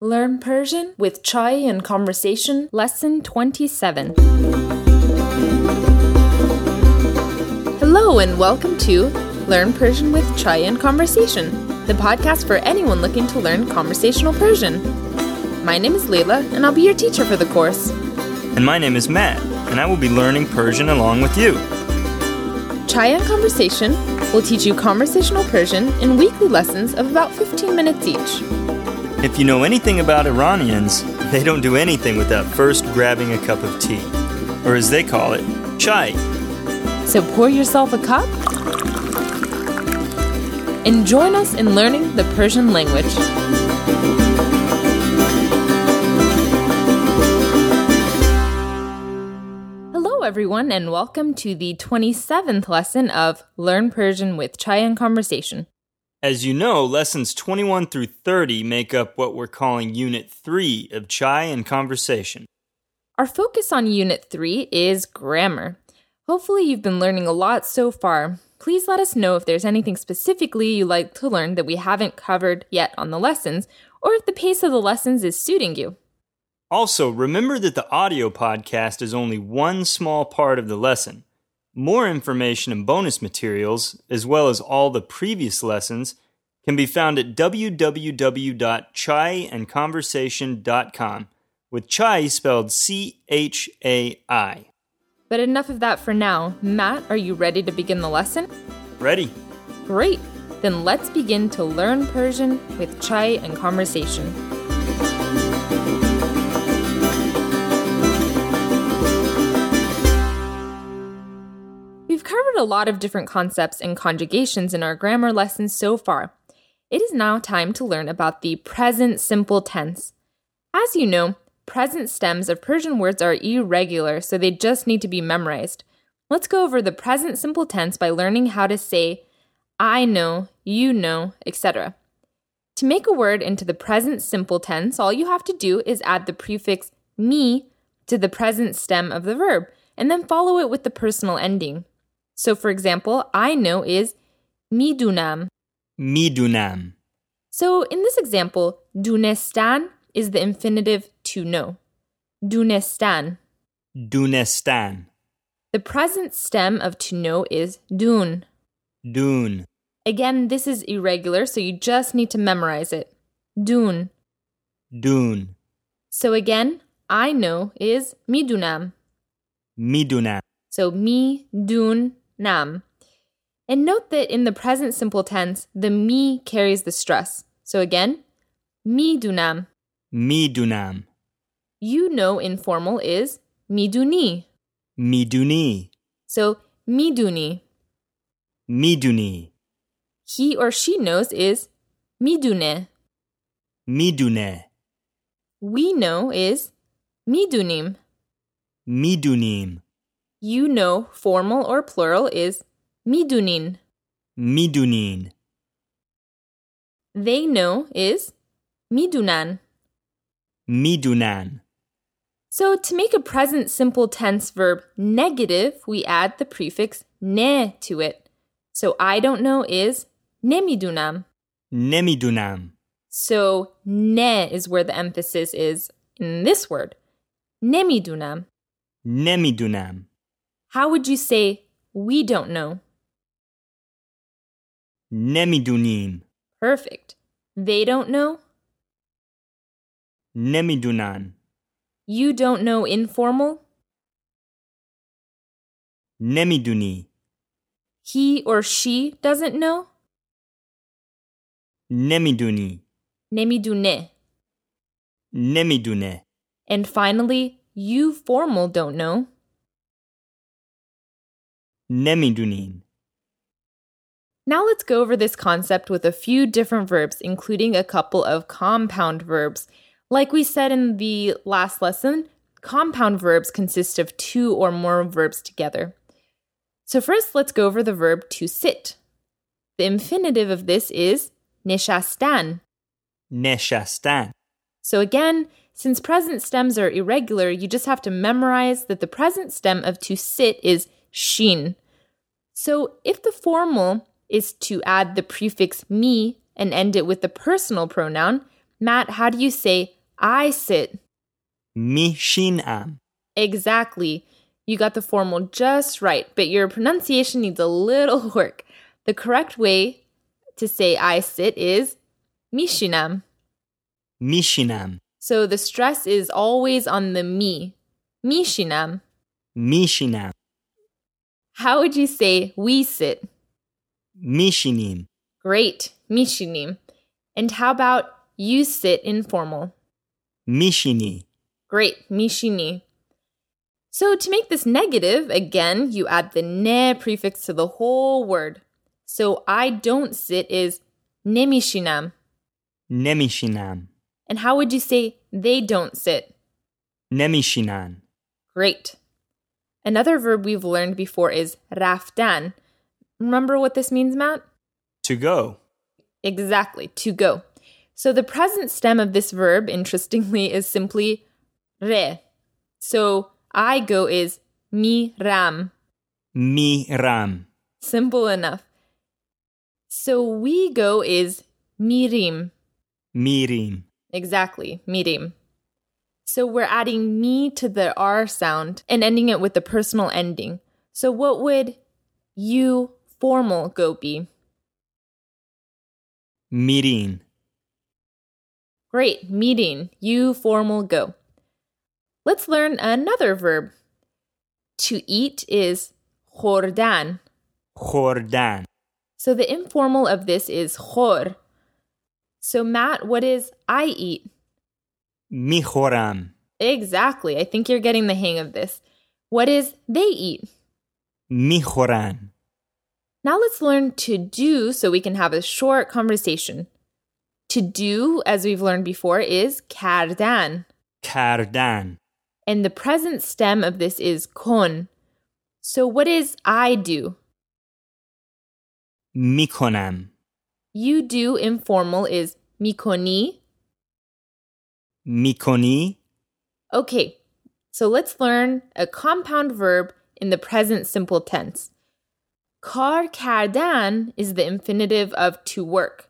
Learn Persian with Chai and Conversation, Lesson 27. Hello, and welcome to Learn Persian with Chai and Conversation, the podcast for anyone looking to learn conversational Persian. My name is Leila, and I'll be your teacher for the course. And my name is Matt, and I will be learning Persian along with you. Chai and Conversation will teach you conversational Persian in weekly lessons of about 15 minutes each. If you know anything about Iranians, they don't do anything without first grabbing a cup of tea, or as they call it, chai. So pour yourself a cup and join us in learning the Persian language. Hello, everyone, and welcome to the 27th lesson of Learn Persian with Chai and Conversation. As you know, lessons 21 through 30 make up what we're calling Unit 3 of Chai and Conversation. Our focus on Unit 3 is grammar. Hopefully, you've been learning a lot so far. Please let us know if there's anything specifically you'd like to learn that we haven't covered yet on the lessons, or if the pace of the lessons is suiting you. Also, remember that the audio podcast is only one small part of the lesson. More information and bonus materials, as well as all the previous lessons, can be found at www.chaiandconversation.com, with chai spelled C H A I. But enough of that for now. Matt, are you ready to begin the lesson? Ready? Great! Then let's begin to learn Persian with Chai and conversation. We've covered a lot of different concepts and conjugations in our grammar lessons so far. It is now time to learn about the present simple tense. As you know, present stems of Persian words are irregular, so they just need to be memorized. Let's go over the present simple tense by learning how to say I know, you know, etc. To make a word into the present simple tense, all you have to do is add the prefix me to the present stem of the verb and then follow it with the personal ending. So, for example, I know is midunam. Midunam. So, in this example, dunestan is the infinitive to know. Dunestan. Dunestan. The present stem of to know is dun. Dun. Again, this is irregular, so you just need to memorize it. Dun. Dun. So again, I know is midunam. Midunam. So mi dun nam. And note that in the present simple tense, the mi carries the stress. So again, mi dunam. Midunam. You know informal is miduni. Miduni. So miduni. Miduni. He or she knows is midune. Midune. We know is midunim. Midunim. You know formal or plural is midunin. Midunin. They know is midunan. Midunan. So to make a present simple tense verb negative, we add the prefix ne to it. So I don't know is nemidunam. Nemidunam. So ne is where the emphasis is in this word. Nemidunam. Nemidunam. How would you say we don't know? Nemidunim. Perfect. They don't know. Nemidunan. You don't know informal. Nemiduni. He or she doesn't know. Nemiduni. Nemidune. Nemidune. And finally, you formal don't know. Nemidunin. Now let's go over this concept with a few different verbs, including a couple of compound verbs. Like we said in the last lesson, compound verbs consist of two or more verbs together. So, first, let's go over the verb to sit. The infinitive of this is nishastan. Neshastan. So, again, since present stems are irregular, you just have to memorize that the present stem of to sit is shin. So, if the formal is to add the prefix me and end it with the personal pronoun, Matt, how do you say I sit? Mishinam. Exactly. You got the formal just right, but your pronunciation needs a little work. The correct way to say I sit is Mishinam. Mishinam. So the stress is always on the mi. Mishinam. Mishinam. How would you say we sit? Mishinim. Great. Mishinim. And how about you sit informal? Mishini. Great. Mishini. So to make this negative, again, you add the ne prefix to the whole word. So I don't sit is nemishinam. Nemishinam. And how would you say they don't sit? Nemishinan. Great. Another verb we've learned before is raftan. Remember what this means, Matt? To go. Exactly, to go. So the present stem of this verb, interestingly, is simply re. So I go is mi ram. Miram. Simple enough. So we go is mirim. Mirim. Exactly, mirim. So we're adding me to the R sound and ending it with the personal ending. So what would you formal go be? Mirin. Great, meeting, you formal go. Let's learn another verb. To eat is jordan. Jordan. So the informal of this is jor. So Matt, what is I eat? Mihoram. Exactly. I think you're getting the hang of this. What is they eat? Mihoran. Now let's learn to do so we can have a short conversation. To do, as we've learned before, is kardan. Kardan. And the present stem of this is kon. So what is I do? Mikonam. You do informal is mikoni. Mikoni. Okay, so let's learn a compound verb in the present simple tense. Kar kardan is the infinitive of to work.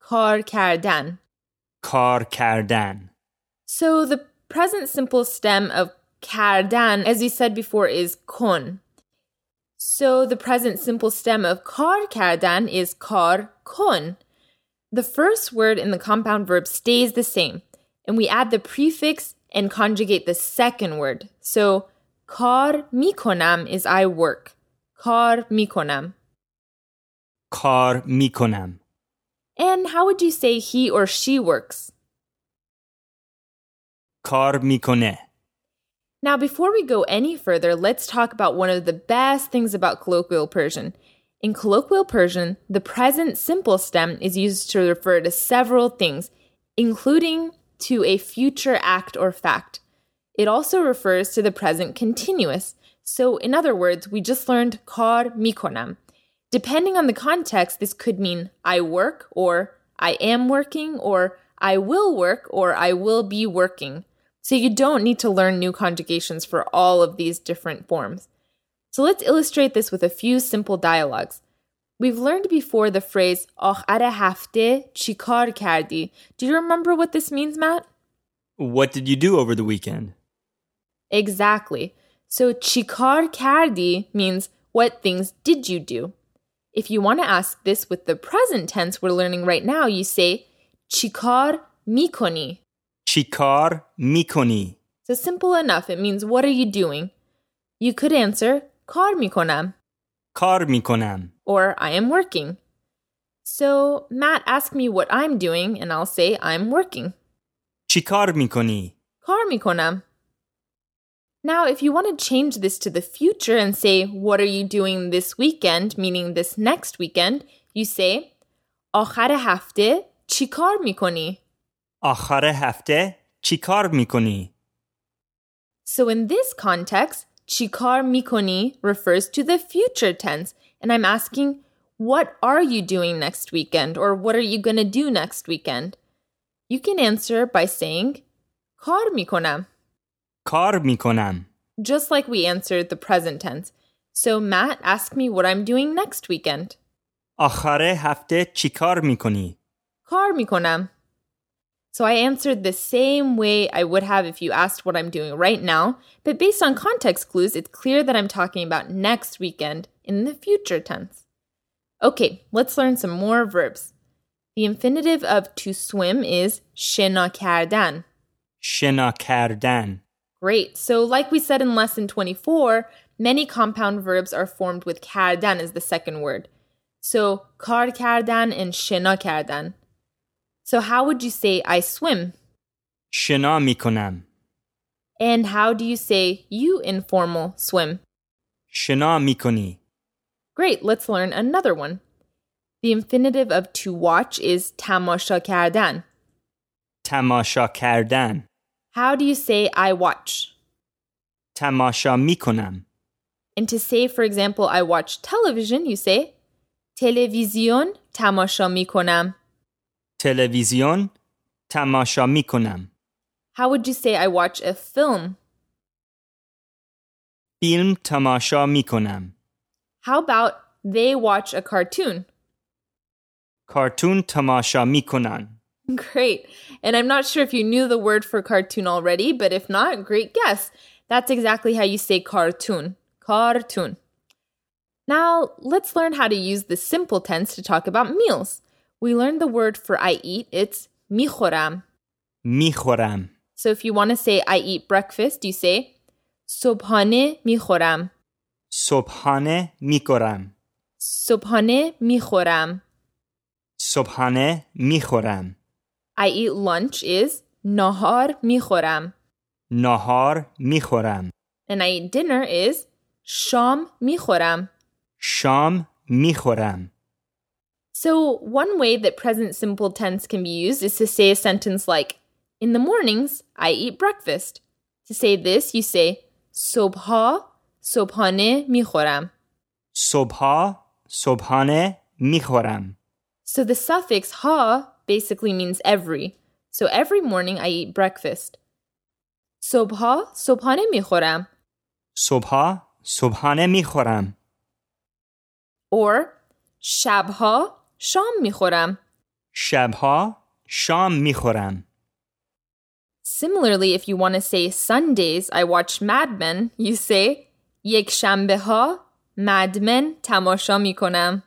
Kar kardan. Kar kardan. So the present simple stem of kardan, as we said before, is kon. So the present simple stem of kar kardan is kar kon. The first word in the compound verb stays the same, and we add the prefix and conjugate the second word. So kar mikonam is I work. Kar mikonam. Kar mikonam. And how would you say he or she works? Kar mikone. Now, before we go any further, let's talk about one of the best things about colloquial Persian. In colloquial Persian, the present simple stem is used to refer to several things, including to a future act or fact. It also refers to the present continuous. So, in other words, we just learned kar mikonam. Depending on the context, this could mean I work, or I am working, or I will work, or I will be working. So you don't need to learn new conjugations for all of these different forms. So let's illustrate this with a few simple dialogues. We've learned before the phrase آخر هفته چی کار کردی. Do you remember what this means, Matt? What did you do over the weekend? Exactly. So chikar kardi means what things did you do? If you want to ask this with the present tense we're learning right now, you say chikar mikoni. Chikar mikoni. So simple enough, it means what are you doing? You could answer kar mikonam Kar mikonam. or I am working. So Matt ask me what I'm doing and I'll say I'm working. Chikar mikoni. Kar mikonam. Now, if you want to change this to the future and say, What are you doing this weekend? meaning this next weekend, you say, آخر هفته چی کار میکنی؟ آخر هفته چیکار میکنی؟ So in this context, چی کار میکنی refers to the future tense, and I'm asking, What are you doing next weekend? or What are you going to do next weekend? You can answer by saying, کار میکنم. کار میکنم. just like we answered the present tense. So Matt asked me what I'm doing next weekend. آخر هفته چیکار میکنی؟ Kar mikonam. So I answered the same way I would have if you asked what I'm doing right now, but based on context clues, it's clear that I'm talking about next weekend in the future tense. Okay, let's learn some more verbs. The infinitive of to swim is شنا کردن. شنا کردن. Great. So, like we said in lesson 24, many compound verbs are formed with kardan as the second word. So, kar kardan and shena kardan. So, how would you say I swim? شنا میکنم. And how do you say you informal swim? شنا میکنی. Great. Let's learn another one. The infinitive of to watch is tamasha kardan. تماشا کردن. How do you say I watch? تماشا میکنم. And to say, for example, I watch television, you say televizyon tamasha mikonam. تلویزیون تماشا میکنم. How would you say I watch a film? فیلم تماشا میکنم. How about they watch a cartoon? کارتون تماشا میکنن. Great. And I'm not sure if you knew the word for cartoon already, but if not, great guess. That's exactly how you say cartoon. Cartoon. Now, let's learn how to use the simple tense to talk about meals. We learned the word for I eat, it's mijoram. میخورم. So if you want to say I eat breakfast, you say sobhane mijoram. صبحانه میخورم. Sobhane mijoram. صبحانه میخورم. I eat lunch is nahar mijoram. ناهار میخورم. And I eat dinner is sham mijoram. شام میخورم. So, one way that present simple tense can be used is to say a sentence like, In the mornings, I eat breakfast. To say this, you say, Sobha, sobhane mihoram. صبحا صبحانه میخورم. So, the suffix ha basically means every. So, every morning I eat breakfast. Sobha, sobhane mihoram. صبحا صبحانه میخورم. Or, Shabha, sham mihoram. شبها شام میخورم. Similarly, if you want to say Sundays, I watch Mad Men, you say Yekshanbeha Mad Men tamasha mikonam.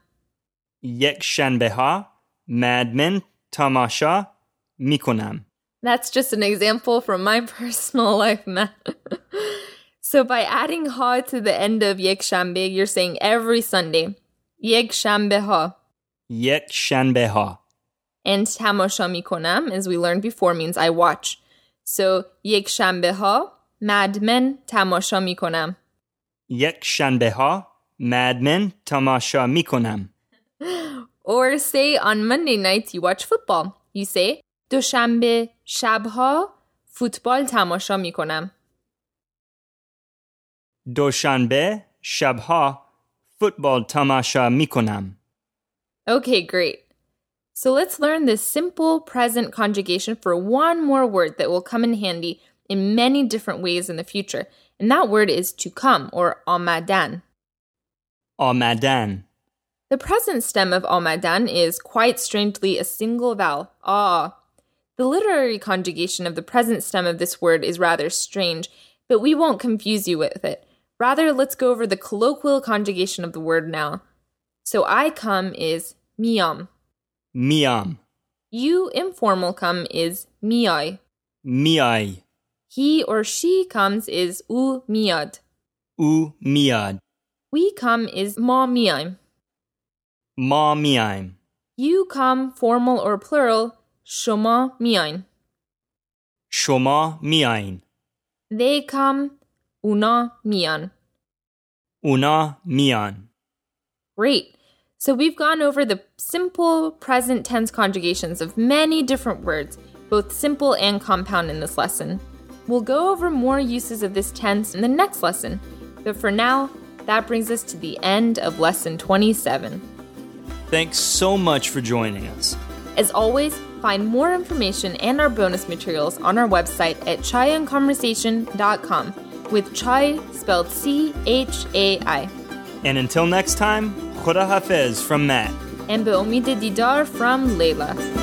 یک شنبه ها مدمن تماشا میکنم. That's just an example from my personal life, man. so by adding ha to the end of Yekshanbe, you're saying every Sunday Yekshanbeha یک شنبه ها and tamasha mikonam, as we learned before, means I watch. So Yekshanbeha Mad Men tamasha mikonam. یک شنبه ها مدمن تماشا میکنم. Or say on Monday nights you watch football. You say دوشنبه شبها فوتبال تماشا می کنم. دوشنبه شبها فوتبال تماشا میکنم. Okay, great. So let's learn this simple present conjugation for one more word that will come in handy in many different ways in the future. And that word is to come or amadan. آمدن The present stem of amadan is quite strangely a single vowel, ah. The literary conjugation of the present stem of this word is rather strange, but we won't confuse you with it. Rather, let's go over the colloquial conjugation of the word now. So I come is miam. میام You informal come is miai. میای He or she comes is u miad. او میاد We come is ma miaim. ما میایم You come formal or plural shoma miain. شما میایین They come una mian. اونا میان Great. So we've gone over the simple present tense conjugations of many different words, both simple and compound, in this lesson. We'll go over more uses of this tense in the next lesson, but for now, that brings us to the end of lesson 27. Thanks so much for joining us. As always, find more information and our bonus materials on our website at chaiandconversation.com with chai spelled C H A I And until next time, خدا حافظ from Matt. and Beomid Didar from Layla.